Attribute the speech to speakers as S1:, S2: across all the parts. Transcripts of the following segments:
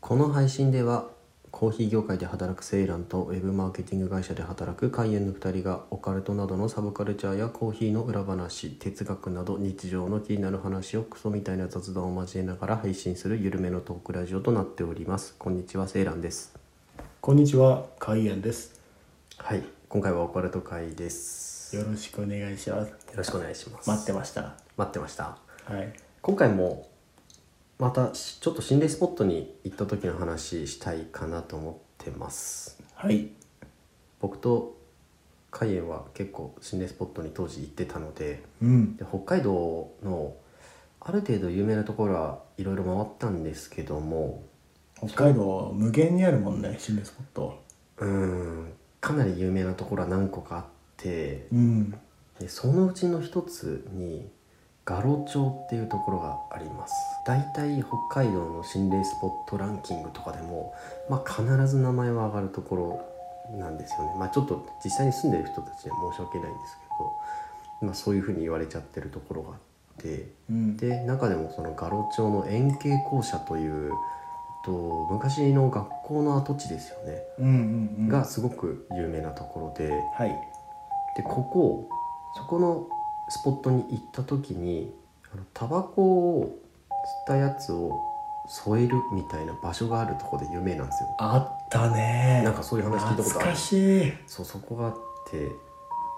S1: この配信ではコーヒー業界で働くセイランとウェブマーケティング会社で働くカイエンの2人がオカルトなどのサブカルチャーやコーヒーの裏話哲学など日常の気になる話をクソみたいな雑談を交えながら配信するゆるめのトークラジオとなっておりますこんにちはセイランです
S2: こんにちは、海燕です。
S1: はい今回はオカルト会ですよ
S2: よろしくお願いします。
S1: ろしくお願いします
S2: 待ってました。
S1: 待ってました
S2: はい。
S1: 今回もまたしちょっと心霊スポットに行った時の話したいかなと思ってます
S2: はい。
S1: 僕と海燕は結構心霊スポットに当時行ってたので
S2: うん。
S1: で北海道のある程度有名なところはいろいろ回ったんですけども
S2: 北海道無限にあるもんね、心霊スポット。
S1: うーんかなり有名なところは何個かあって
S2: うん。
S1: でそのうちの一つに画廊町っていうところがあります大体北海道の心霊スポットランキングとかでも、まあ、必ず名前は上がるところなんですよねまあちょっと実際に住んでる人たちには申し訳ないんですけど、まあ、そういうふうに言われちゃってるところがあって
S2: うん。
S1: で中でもその画廊町の円形校舎という、えっと、昔の学校の跡地ですよね、
S2: うんうんうん。
S1: が、すごく有名なところで。
S2: はい。
S1: でここそこのスポットに行った時にあのタバコを吸ったやつを添えるみたいな場所があるとこで有名なんですよ
S2: あったね
S1: なんかそういう話聞いたことあ
S2: 懐
S1: る
S2: かしい。
S1: そうそこがあって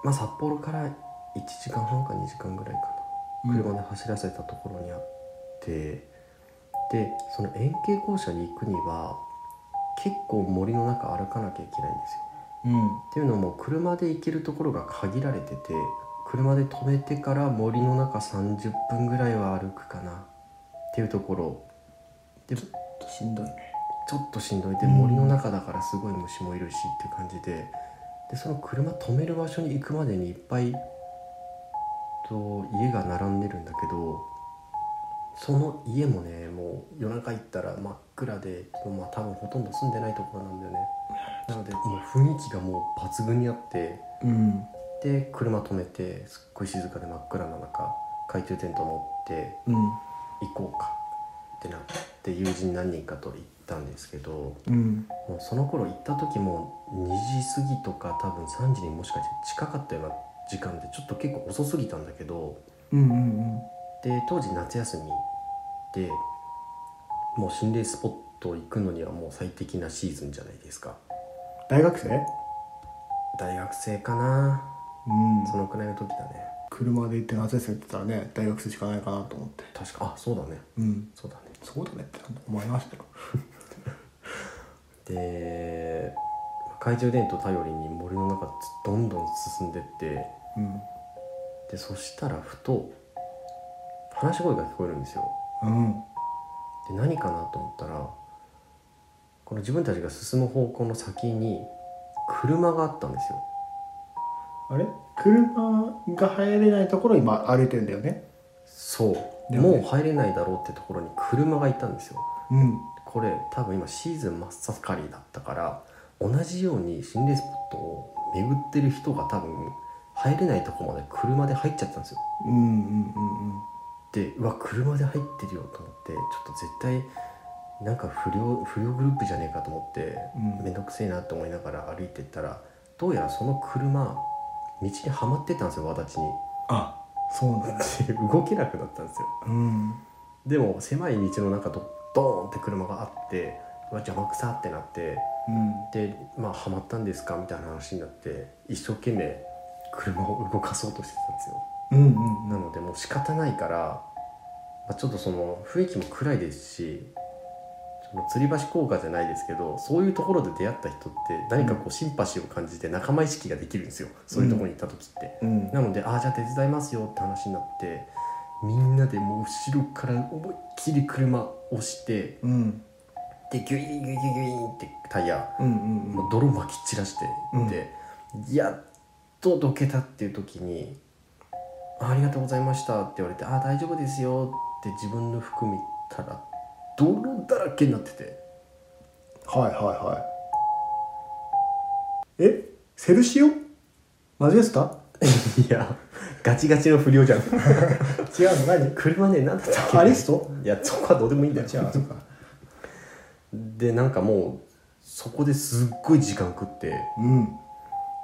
S1: まあ札幌から1時間半か2時間ぐらいかな車で走らせたところにあって、でその円形校舎に行くには結構森の中歩かなきゃいけないんですよ
S2: うん。
S1: っていうのも車で行けるところが限られてて車で止めてから森の中30分ぐらいは歩くかなっていうところでち
S2: しんどいね。
S1: ょっとしんどいで
S2: うん
S1: 森の中だからすごい虫もいるしっていう感じででその車止める場所に行くまでにいっぱいと家が並んでるんだけどその家もねもう夜中行ったら真っ暗でまあ多分ほとんど住んでないところなんだよねなのでもう雰囲気がもう抜群にあって
S2: うん。
S1: で車止めてすっごい静かで真っ暗な中懐中電灯持って
S2: うん。
S1: 行こうかってなって友人何人かと行ったんですけど
S2: うん。
S1: もうその頃行った時も2時過ぎとか多分3時にもしかして近かったような時間でちょっと結構遅すぎたんだけど
S2: うんうん
S1: で当時夏休みでもう心霊スポット行くのにはもう最適なシーズンじゃないですか
S2: 大学生
S1: 大学生かな
S2: うん
S1: そのくらいの時だね
S2: 車で行って夏休みって言ったらね、大学生しかないかなと思って。
S1: 確かあそうだね
S2: うん。
S1: そうだね
S2: そうだねって思いましたよ。
S1: で懐中電灯頼りに森の中どんどん進んでって
S2: うん。
S1: でそしたらふと話し声が聞こえるんですよ
S2: うん。
S1: で何かなと思ったらこの自分たちが進む方向の先に車があったんですよ
S2: あれ車が入れないところを今歩いてんだよね
S1: そう、
S2: でも
S1: も
S2: ね
S1: う入れないだろうってところに車がいたんですよ
S2: うん
S1: これ多分今シーズン真っ盛りだったから同じように心霊スポットを巡ってる人が多分入れないとこまで車で入っちゃったんですよ
S2: うんうんうんうん
S1: でうわ車で入ってるよと思ってちょっと絶対なんか不良不良グループじゃねえかと思って
S2: うん
S1: 面倒くせえなと思いながら歩いてったらどうやらその車道にはまってたんですよわだちに
S2: あそうなんだ
S1: で動けなくなったんですよ
S2: うん
S1: でも狭い道の中とドーンって車があってうわ邪魔くさってなって
S2: うん
S1: でまあはまったんですかみたいな話になって一生懸命車を動かそうとしてたんですよ
S2: うんうん
S1: なのでもう仕方ないから、まあ、ちょっとその雰囲気も暗いですしその吊り橋効果じゃないですけどそういうところで出会った人って何かこうシンパシーを感じて仲間意識ができるんですよそういうところに行った時って。
S2: うん
S1: なので「ああじゃあ手伝いますよ」って話になってみんなでもう後ろから思いっきり車押して
S2: うん
S1: でギュイーンギュイーンギュイーンってタイヤ
S2: うんうん
S1: もう泥まき散らしてで、やっとどけたっていう時に「あありがとうございました」って言われて「ああ大丈夫ですよ」って自分の服見たら泥だらけになってて
S2: はいはいはいえセルシオマジェスタ
S1: いやガチガチの不良じゃん
S2: 違うの何
S1: 車ね何だったっけ
S2: アリスト
S1: いやそこはどうでもいいんだよ
S2: 違うのか
S1: でなんかもうそこですっごい時間食って
S2: うん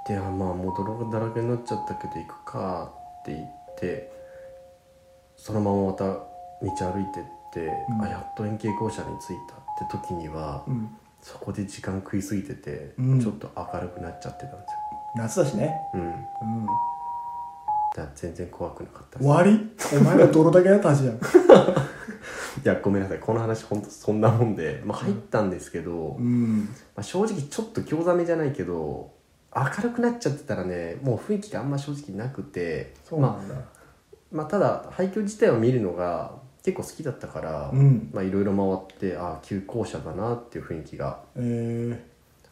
S1: であまあもう泥だらけになっちゃったけど行くかって言ってそのまままた道歩いてって、
S2: うん
S1: あやっと円形校舎に着いたって時には
S2: うん
S1: そこで時間食いすぎてて、
S2: うん
S1: ちょっと明るくなっちゃってたんです
S2: 夏だしね
S1: ようん
S2: うん
S1: だから全然怖くなかったで
S2: 終わりお前が泥だけだったはずじゃん
S1: すいやごめんなさいこの話ほんとそんなもんで、まあ、入ったんですけど、
S2: うん
S1: まあ、正直ちょっと興ざめじゃないけど明るくなっちゃってたらねもう雰囲気があんま正直なくて
S2: そうなんだ
S1: まあただ廃墟自体を見るのが結構好きだったから、
S2: うん
S1: まあいろいろ回ってああ旧校舎だなっていう雰囲気が
S2: えー、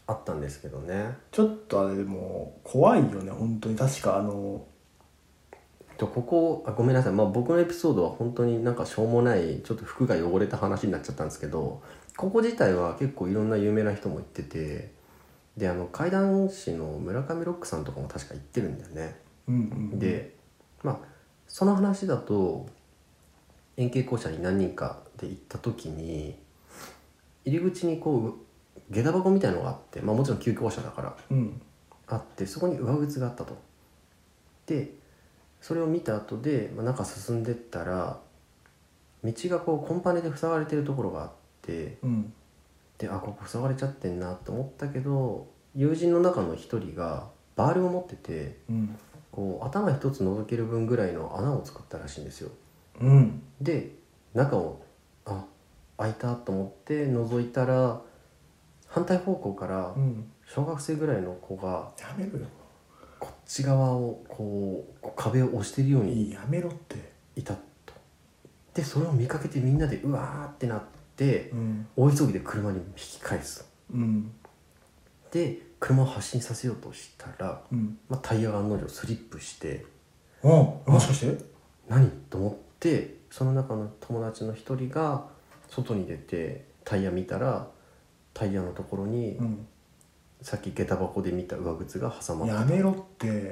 S1: あったんですけどね
S2: ちょっとあれでも怖いよね本当に確かあの
S1: とここあごめんなさい、まあ、僕のエピソードは本当になんかしょうもないちょっと服が汚れた話になっちゃったんですけどここ自体は結構いろんな有名な人も行っててであの怪談師の村上ロックさんとかも確か行ってるんだよね。
S2: うんうん
S1: で、まあその話だと円形校舎に何人かで行った時に入り口にこう下駄箱みたいのがあって、まあ、もちろん旧校舎だから
S2: うん
S1: あってそこに上靴があったと。でそれを見た後で、まあ、中進んでったら道がこうコンパネで塞がれてるところがあって
S2: うん
S1: であここ塞がれちゃってんなと思ったけど友人の中の一人がバールを持ってて。
S2: うん
S1: こう頭一つ覗ける分ぐらいの穴を作ったらしいんですよ
S2: うん
S1: で中をあ開いたと思って覗いたら反対方向から
S2: うん
S1: 小学生ぐらいの子が
S2: やめろよ
S1: こっち側をこうこう壁を押してるように
S2: いいやめろって
S1: いたとでそれを見かけてみんなでうわーってなって
S2: うん
S1: 大急ぎで車に引き返す
S2: うん
S1: で車を発進させようとしたら、
S2: うん
S1: まあ、タイヤが案の定スリップして
S2: あもしかして
S1: 何と思ってその中の友達の一人が外に出てタイヤ見たらタイヤのところに
S2: うん
S1: さっき下駄箱で見た上靴が挟まって
S2: や
S1: たっ
S2: めろっ
S1: て
S2: て
S1: い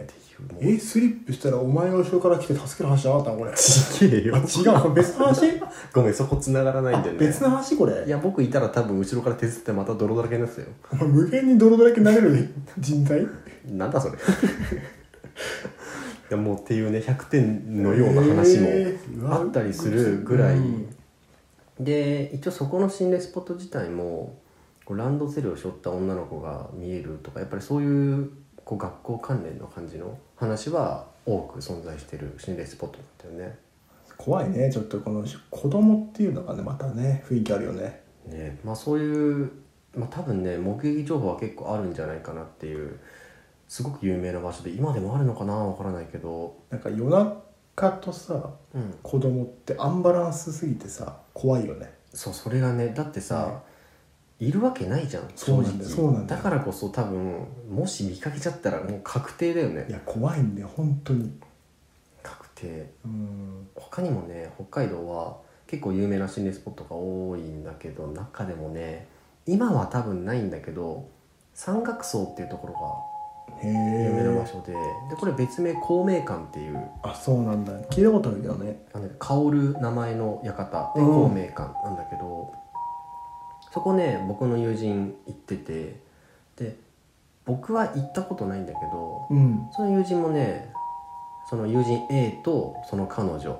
S1: うもう
S2: えスリップしたらお前が後ろから来て助ける話じゃなかったのこれ
S1: ちげえよ
S2: あ違うこれ別の話
S1: ごめんそこ繋がらないんだよね
S2: 別の話これ
S1: いや僕いたら多分後ろから手伝ってまた泥だらけになってたよ
S2: お前無限に泥だらけになれる人材
S1: なんだ それいやもうっていうね100点のような話も
S2: えーうわ
S1: あったりするぐらい
S2: うん
S1: で一応そこの心霊スポット自体もこうランドセルを背負った女の子が見えるとかやっぱりそういうこう学校関連の感じの話は多く存在してる心霊スポットなんだよね。
S2: 怖いねちょっとこの子供っていうのがねまたね雰囲気あるよね
S1: ねまあ、そういう、まあ、多分ね目撃情報は結構あるんじゃないかなっていうすごく有名な場所で今でもあるのかなわからないけど、
S2: なんか夜中とさ
S1: うん、
S2: 子供ってアンバランスすぎてさ怖いよね
S1: そうそれがねだってさ、いるわけないじゃん
S2: そ
S1: 正
S2: うなんだ
S1: 直
S2: よそうなんだ
S1: だ
S2: よ
S1: からこそ多分もし見かけちゃったらもう確定だよね
S2: いや怖いんだよ本当に
S1: 確定
S2: うん
S1: 他にもね北海道は結構有名な心霊スポットが多いんだけど中でもね今は多分ないんだけど山岳荘っていうところが
S2: へ
S1: 有名な場
S2: え
S1: 所で,、でこれ別名孔明館っていう
S2: あそうなんだ聞いたことあるけどね
S1: あの薫る名前の館で
S2: うん
S1: 孔明館なんだけど、そこね僕の友人行っててで僕は行ったことないんだけど
S2: うん
S1: その友人もねその友人 A とその彼女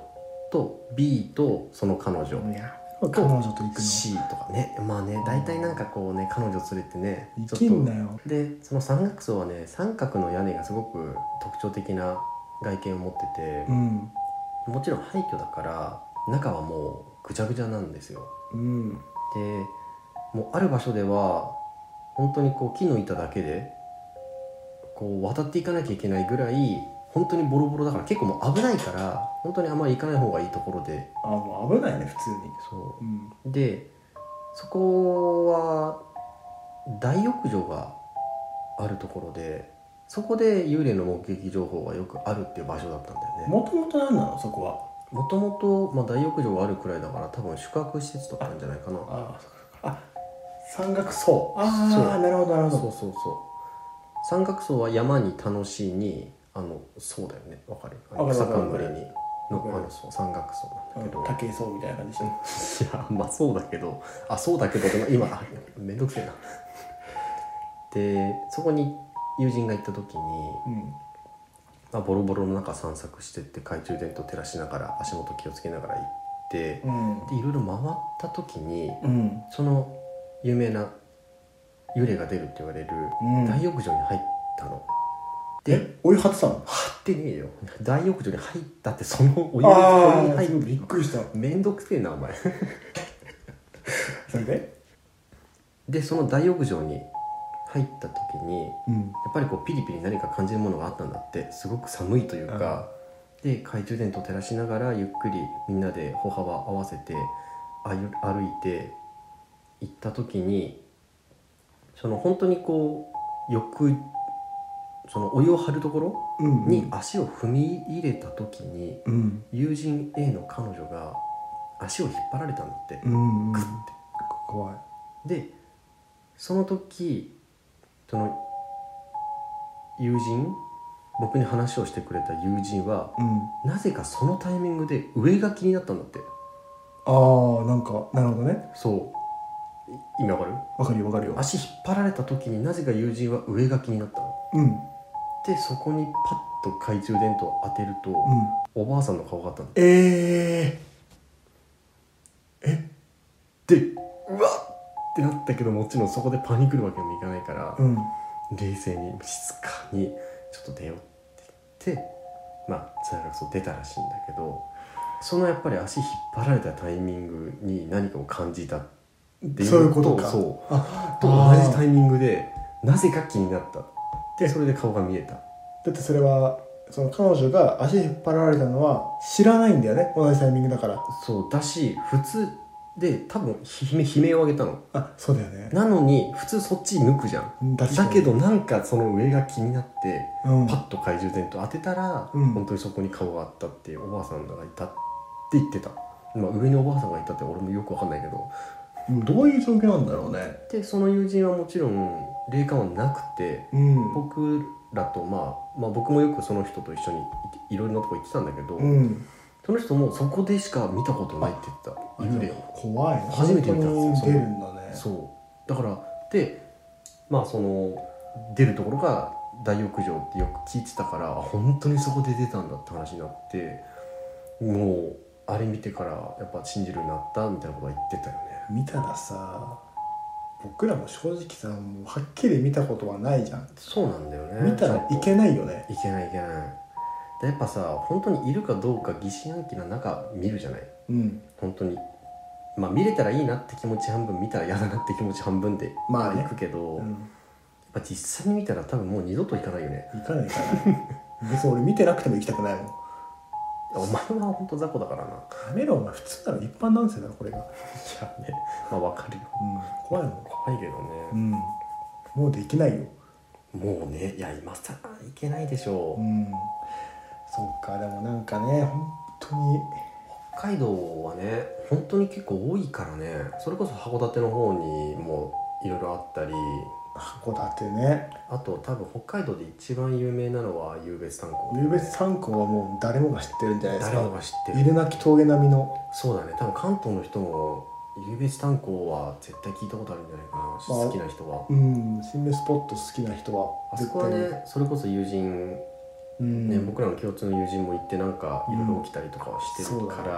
S1: と B とその彼女、
S2: いや彼女と行く
S1: C とかねまあね大体なんかこうね彼女連れてね
S2: の生
S1: ち
S2: き
S1: ょ
S2: ん
S1: っ
S2: なよ
S1: とでその山岳荘はね三角の屋根がすごく特徴的な外見を持ってて
S2: う、ん
S1: もちろん廃墟だから中はもうぐちゃぐちゃなんですよ
S2: うん
S1: でもうある場所では本当にこう木の板だけでこう渡っていかなきゃいけないぐらい本当にボロボロだから結構もう危ないから本当にあんまり行かない方がいいところで
S2: あもう危ないね普通に
S1: そう
S2: うん
S1: でそこは大浴場があるところでそこで幽霊の目撃情報がよくあるっていう場所だったんだよね
S2: もともと何なのそこは
S1: もともと、まあ、大浴場があるくらいだから多分宿泊施設だったんじゃないかな
S2: あそっかそっかあ山岳荘あ
S1: そ
S2: あなるほどなる
S1: そう
S2: ほ
S1: そうそう三角層は山に楽しいにあのそうだよねわかる
S2: わかる
S1: 草
S2: わかる
S1: 冠にの
S2: わ
S1: あ
S2: かり
S1: の
S2: ます
S1: 山岳層なんだけど、
S2: 竹井壮みたいな感じでした、
S1: いやまあそうだけどあそうだけどでも今あめんどくせえなでそこに友人が行った時に、
S2: うん
S1: まあ、ボロボロの中散策してって懐中電灯照らしながら足元気をつけながら行って
S2: うん
S1: でいろいろ回った時に
S2: うん
S1: その有名な幽霊が出るって言われる
S2: うん
S1: 大浴場に入ったの、で
S2: えお湯張ってたの
S1: 張ってねえよ大浴場に入ったってそのお湯
S2: あ
S1: に
S2: あ
S1: 入
S2: すごい
S1: っ
S2: びっくりした
S1: めんどくせえなお前
S2: それで
S1: でその大浴場に入った時にや
S2: うん
S1: っぱりこうピリピリ何か感じるものがあったんだってすごく寒いというか、で懐中電灯を照らしながらゆっくりみんなで歩幅合わせてあゆ歩いて行った時にその本当にこう浴そのお湯を張るところ
S2: うん
S1: に足を踏み入れた時に
S2: うん
S1: 友人 A の彼女が足を引っ張られたんだって。
S2: うんうん怖い
S1: でその時その友人僕に話をしてくれた友人は
S2: うん
S1: なぜかそのタイミングで上が気になったんだって
S2: ああなんかなるほどね
S1: そうい意味わかる
S2: わかるよわかるよ
S1: 足引っ張られた時になぜか友人は上が気になったの
S2: うんうん
S1: でそこにパッと懐中電灯を当てると、おばあさんの顔があったの
S2: え
S1: でうわっってなったけどもちろんそこでパニクるわけにもいかないから
S2: ー、うん
S1: 冷静に静かにちょっと出ようって言ってまあそれがそう出たらしいんだけどそのやっぱり足引っ張られたタイミングに何かを感じたとっていう
S2: そういうことか
S1: そう
S2: あ
S1: 同じ
S2: あ
S1: タイミングでなぜか気になったでそれで顔が見えた
S2: ーだってそれはその彼女が足引っ張られたのは知らないんだよね同じタイミングだから
S1: そうだし普通で多分悲鳴悲鳴を上げたの
S2: あそうだよね
S1: なのに普通そっち抜くじゃん
S2: うん確か
S1: だ
S2: に
S1: けどなんかその上が気になって
S2: うん
S1: パッと懐中電灯当てたら、
S2: うん
S1: 本当にそこに顔があったっていうおばあさんがいたって言ってた、まあ、上におばあさんがいたって俺もよくわかんないけど
S2: うんどういう状況なんだろうね
S1: でその友人はもちろん霊感はなくて
S2: うん
S1: 僕らと、まあ、まあ僕もよくその人と一緒にいいろいろなとこ行ってたんだけど、
S2: うん
S1: その人もそこでしか見たことないって言ってた幽霊を
S2: 怖いね
S1: 初めて見たん
S2: 本
S1: です
S2: 当に
S1: よ
S2: 出るんだね
S1: そうだからでまあその出るところが大浴場ってよく聞いてたからあ本当にそこで出たんだって話になってもうあれ見てからやっぱ信じるようになったみたいなことは言ってたよね
S2: 見たらさ僕らも正直さもうはっきり見たことはないじゃん
S1: そうなんだよね
S2: 見たらいけないよね
S1: いけないいけないでやっぱさ本当にいるかどうか疑心暗鬼な中見るじゃない
S2: うん
S1: 本当にまあ見れたらいいなって気持ち半分見たら嫌だなって気持ち半分で
S2: まあね
S1: 行くけど、
S2: う
S1: やっ
S2: ん
S1: ぱ実際に見たら多分もう二度と行かないよね
S2: 行かない行かない別に俺見てなくても行きたくないもん
S1: お前は本当雑魚だからな。い
S2: やめろお前普通なの一般男性だろこれが、
S1: やね、まあわかるよ。
S2: 怖いも
S1: 怖いけど
S2: ん、
S1: ね。
S2: ん、もうできないよ
S1: もうね、いや今さらいけないでしょう。
S2: んそっかでもなんかね本当に
S1: 北海道はね、本当に結構多いからね。それこそ函館の方にもいろいろあったり、
S2: 函館ね
S1: あと多分北海道で一番有名なのは湧別炭鉱。
S2: 夕別三高はもう誰もが知ってるんじゃないです
S1: 誰も
S2: か
S1: が知ってる。
S2: いるなき峠並みの
S1: そうだね。多分関東の人も湧別炭鉱は絶対聞いたことあるんじゃないかな。好きな人は。
S2: うん心霊スポット好きな人は
S1: あそこはね、それこそ友人
S2: うん
S1: ね、僕らの共通の友人も行ってなんかいろいろ起きたりとかはして
S2: う
S1: る
S2: ん
S1: から、
S2: そうだね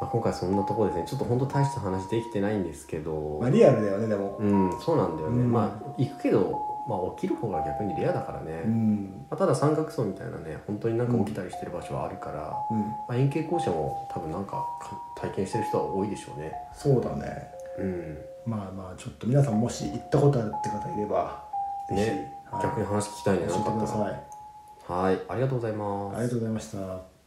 S1: まあ、今回そんなところですねちょっと本当大した話できてないんですけど、
S2: まあ、リアルだよねでも
S1: うんそうなんだよね、
S2: うん
S1: まあ行くけど、まあ、起きる方が逆にレアだからね、
S2: うん、
S1: まあ、ただ三角層みたいなね本当になんか起きたりしてる場所はあるから、
S2: うん、
S1: まあ、円形校舎も多分なんかか体験してる人は多いでしょうね
S2: そうだね
S1: うん
S2: まあまあちょっと皆さんもし行ったことあるって方いればぜひ、
S1: ね
S2: はい
S1: 逆に話聞きたいね
S2: 教
S1: な
S2: え
S1: ん
S2: て
S1: かあ
S2: く
S1: っ
S2: だ
S1: たら
S2: さい
S1: はいありがとうございます
S2: ありがとうございました